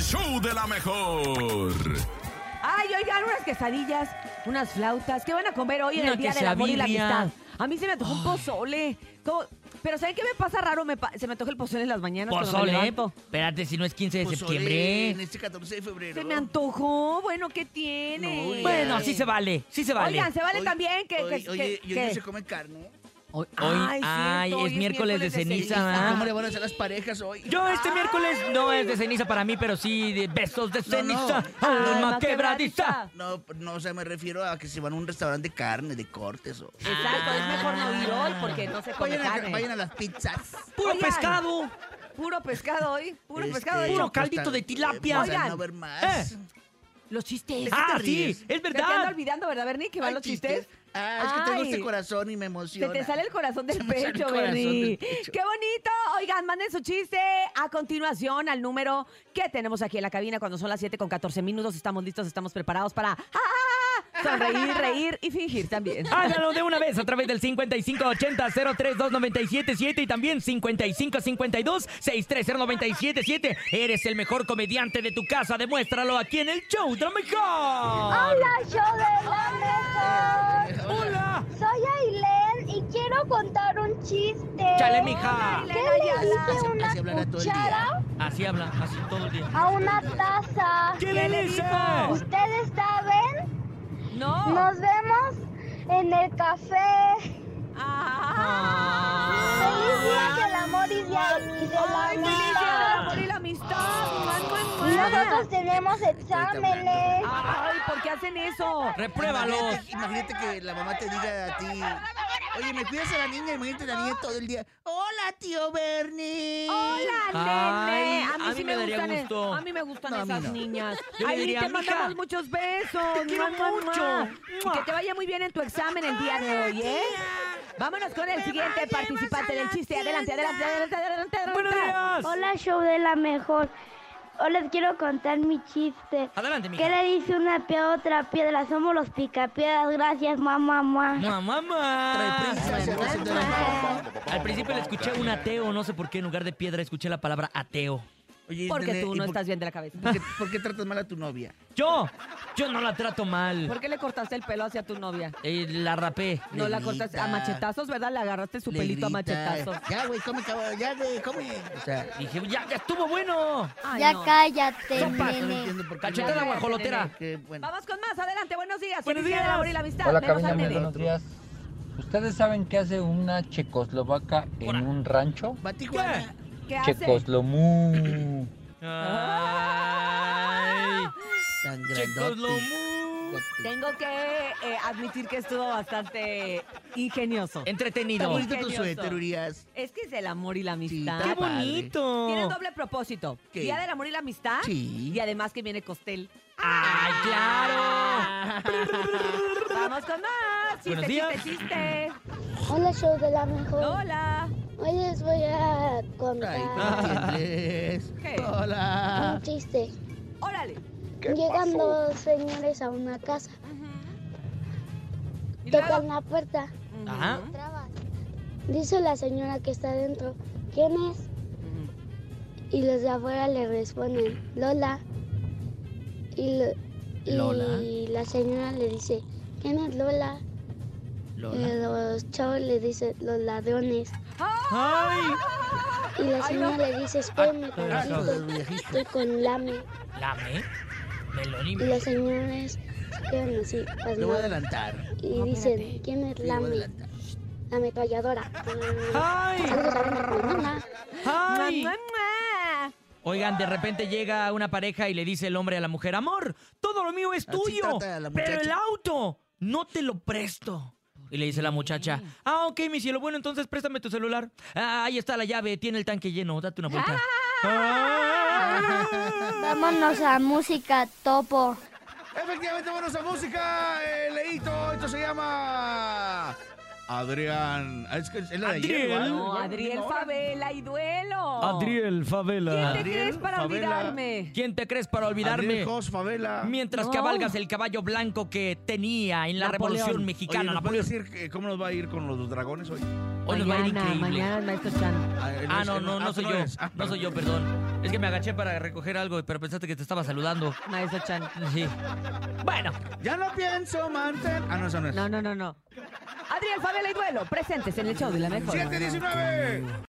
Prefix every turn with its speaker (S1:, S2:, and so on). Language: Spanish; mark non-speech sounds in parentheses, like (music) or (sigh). S1: show de la mejor.
S2: Ay, oigan, unas quesadillas, unas flautas. ¿Qué van a comer hoy en
S3: Una
S2: el Día del Amor y la
S3: quesadilla.
S2: Amistad? A mí se me antojó un pozole. ¿Cómo? Pero ¿saben qué me pasa raro? Me pa- se me antoja el pozole en las mañanas cuando me
S3: Pozole.
S2: levanto.
S3: Espérate, si no es 15 de
S4: Pozole Pues, En
S3: septiembre.
S4: este 14 de febrero.
S2: Se me antojó. Bueno, ¿qué
S4: No,
S2: tiene?
S4: oigan.
S3: Bueno, sí se vale, sí se vale.
S2: Oigan, se vale
S4: Hoy-
S2: también que...
S4: hoy-
S2: que-
S4: Oye,
S2: que-
S4: y hoy no
S2: que-
S4: se come carne.
S3: Hoy,
S2: Ay,
S3: ay,
S2: cierto, hoy
S3: es, miércoles de ceniza.
S2: Ah.
S3: ¿verdad?
S4: ¿Cómo le van a hacer las parejas hoy?
S3: Yo este miércoles no es de ceniza para mí, pero sí de besos de ceniza.
S2: Ay,
S3: Alma
S2: Ah, más
S3: quebradiza.
S4: No, no, o sea, me refiero a que se van a un restaurante de carne, de cortes o...
S2: Exacto, es mejor no ir hoy porque no se come
S4: Vayan a,
S2: carne.
S4: vayan a las pizzas.
S3: Puro
S2: Oigan.
S3: pescado.
S2: Puro pescado hoy, puro
S4: Este,
S2: pescado hoy.
S3: Puro caldito de tilapia.
S4: Pues,
S2: Oigan.
S4: no ver más.
S3: Eh,
S2: Los chistes.
S4: qué
S3: Ah,
S4: te
S3: sí,
S4: ríes?
S2: ¿Te
S3: es
S2: ando
S3: verdad.
S2: olvidando, verdad, Bernie, que van
S4: Ay,
S2: los chistes?
S4: Ah, es que tengo
S2: Ay.
S4: este corazón y me
S2: Se
S4: emociona.
S2: te sale el corazón del
S4: Se me sale el
S2: pecho,
S4: corazón
S2: Bernie.
S4: del pecho.
S2: ¡Qué bonito! Oigan, manden su chiste a continuación al número que tenemos aquí en la cabina cuando son las 7 con 14 minutos. Estamos listos, estamos preparados para ¡ah!
S4: (laughs)
S2: sonreír, reír y fingir también.
S3: Hágalo de una vez a través del 5580-032977 y también 5552-630977. Eres el mejor comediante de tu casa. Demuéstralo aquí en el show de la mejor.
S5: Hola, show de la mejor.
S3: ¡Hola!
S5: Soy Ailén y quiero contar un chiste.
S3: ¡Chale, mija!
S5: ¿Qué le dice
S4: Así- así
S5: una
S4: hablará todo el día.
S5: cuchara
S3: Así habla, así todo el día.
S5: a una taza?
S3: ¿Qué le dice?
S5: ¿Ustedes saben?
S2: ¡No!
S5: Nos vemos en el café. Feliz día del amor y de, y de la
S2: Ah. ¡Ay, feliz día
S5: amistad.
S2: del amor y la amistad! ¡Más, más, más!
S5: Nosotros tenemos exámenes.
S2: ¡Ay, ¿por qué hacen eso?
S3: Repruébalos.
S4: Imagínate, imagínate que la mamá te diga a ti, oye, me cuidas a la niña, imagínate a la niña todo el día. Hola, tío Bernie.
S2: Hola, nene.
S3: Ay,
S2: A mí, sí me,
S3: daría
S2: gustan,
S3: gusto.
S2: a mí me gustan
S4: No, a mí
S2: esas
S4: no.
S2: niñas.
S3: Yo le
S2: Ay,
S3: diría,
S2: te
S3: "Mija,
S2: mandamos muchos besos.
S3: te quiero
S2: Mua, mua,
S3: mucho.
S2: mua.
S3: Mua.
S2: Y que te vaya muy bien en tu examen el día de hoy, ¿eh? Vámonos con el siguiente participante del chiste. Adelante, adelante, adelante, adelante, adelante.
S3: ¡Buenos días!
S6: Hola, show de la mejor. Hoy les quiero contar mi chiste.
S3: Adelante,
S6: ¿Qué
S3: mija.
S6: le dice una piedra a otra piedra? Somos los picapiedras. Gracias, mamá, mamá.
S3: ¡Mamá,
S2: Ah,
S3: mamá!
S4: Mamá.
S3: Al principio le escuché un ateo, no sé por qué, en lugar de piedra escuché la palabra ateo.
S4: Oye,
S2: Porque
S4: nene,
S2: tú
S4: ¿y
S2: no
S4: por-
S2: estás bien de la cabeza.
S4: (laughs) ¿por qué, por qué tratas mal a tu novia?
S3: Yo, yo no la trato mal.
S2: ¿Por qué le cortaste el pelo hacia tu novia?
S3: Eh, la rapé.
S2: No
S4: Le
S2: la cortaste a
S4: grita.
S2: machetazos, ¿verdad? Le agarraste su
S4: Le
S2: pelito a
S4: grita,
S2: machetazos.
S4: Ya, güey, come, cabrón, ya, güey, come. O sea,
S3: Dije, ya, ya estuvo bueno.
S2: Ay,
S5: Ya
S2: no.
S5: cállate,
S4: no
S5: nene.
S4: entiendo por qué.
S3: Cachetada
S4: no-
S3: guajolotera.
S4: que, bueno,
S2: Vamos con más. Adelante, buenos días.
S3: Buenos
S2: Feliz día del
S3: días.
S2: amor y la amistad.
S7: Hola,
S2: Menos
S7: cabina,
S2: al
S7: muy
S2: nene.
S7: buenos días. ¿Ustedes saben qué hace una checoslovaca en
S3: Ora.
S7: un rancho?
S4: va a Tijuana.
S2: ¿Qué hace?
S7: Checoslomu.
S3: Ay,
S4: Tan
S3: chicos, lo
S4: grandote.
S3: mu-
S2: Tengo que eh, admitir que estuvo bastante ingenioso.
S4: Está
S3: Entretenido. Ah,
S2: Muy
S4: bonito tu
S2: ingenioso.
S4: suéter, Urias.
S2: Es que es el amor y la
S4: Sí,
S2: amistad.
S4: está padre.
S2: Tiene
S3: bonito.
S2: doble propósito.
S4: ¿Qué?
S2: Día del amor y la amistad.
S4: Sí.
S2: Y además que viene costel.
S3: ¡Ay, claro!
S2: Vamos con más. Chiste,
S3: Buenos días.
S2: chiste, chiste.
S6: Hola, show de la mejor.
S2: Hola.
S6: Hoy les voy a
S4: Ay,
S6: contar
S4: no entiendes.
S2: ¿Qué?
S4: Hola.
S6: un chiste.
S2: Órale.
S6: Llegan dos señores a una casa.
S2: Y
S6: Tocan
S2: luego.
S6: la puerta.
S2: Ujú.
S3: Ajá.
S6: Dice la señora que está adentro. ¿Quién es?
S2: Ujú.
S6: Y los de afuera le responden, Lola. Y, lo- y
S3: ¿Lola?
S6: la señora le dice, ¿quién es Lola?
S3: Lola.
S6: Y los chavos le dicen, los ladrones.
S3: ¡Ay!
S6: Y la
S2: Ay, no.
S6: señora le dice, espérame
S3: Ah,
S4: Hijo
S6: tantito,
S4: del viejito.
S6: estoy con Lame.
S3: Lame. Melón y
S6: Y los señores se quedan así,
S4: Lo voy a
S6: pasmados,
S4: adelantar.
S6: y dicen, ¿quién es
S4: Lo voy a
S6: Lame?
S4: adelantar.
S6: La ametralladora.
S3: ¡Ay!
S6: Saludos a Brenda Colmena.
S2: Mua,
S3: ¡Ay!
S2: mua, mua.
S3: Oigan, de repente llega una pareja y le dice el hombre a la mujer, amor, todo lo mío es
S4: Así
S3: tuyo,
S4: trata a la
S3: pero el
S4: muchacha.
S3: auto no te lo presto. Y le dice la muchacha, ah, ok, mi cielo, bueno, entonces préstame tu celular. Ah, ahí está la llave, tiene el tanque lleno, date una vuelta. Ah.
S5: Vámonos a música topo.
S4: Efectivamente, bueno, esa música, eh, Leito, esto se llama... Adrián. Ah, Es, que es la de ayer,
S3: Adrián.
S4: ¿no?
S2: No, Adriel Favela y duelo. ¿Quién te
S3: Favela.
S4: Adriel
S2: crees para
S4: Favela.
S2: olvidarme?
S3: ¿Quién te crees para olvidarme?
S4: Adrián Jos Favela.
S3: Mientras
S2: No.
S3: cabalgas el caballo blanco que tenía en la
S2: Napoleón.
S3: Revolución
S4: Oye,
S3: Mexicana.
S4: ¿nos puede
S3: Napoleón.
S4: decir eh, cómo nos va a ir con los dragones hoy?
S3: Hoy nos va a ir
S2: mañana,
S3: increíble.
S2: mañana el maestro Chan.
S3: Ah, no, no, no
S8: tú
S3: soy
S8: no
S3: yo.
S8: eres. Ah,
S3: No soy yo, perdón. Es que me agaché para recoger algo, pero pensaste que te estaba saludando.
S2: Maestro Chan.
S3: Sí. Bueno,
S8: Ya no pienso mantener. Ah, no, esa no es.
S2: No, no, no, no. Adrián Fabiola y Duelo, presentes en el show de la mejor.
S8: 719.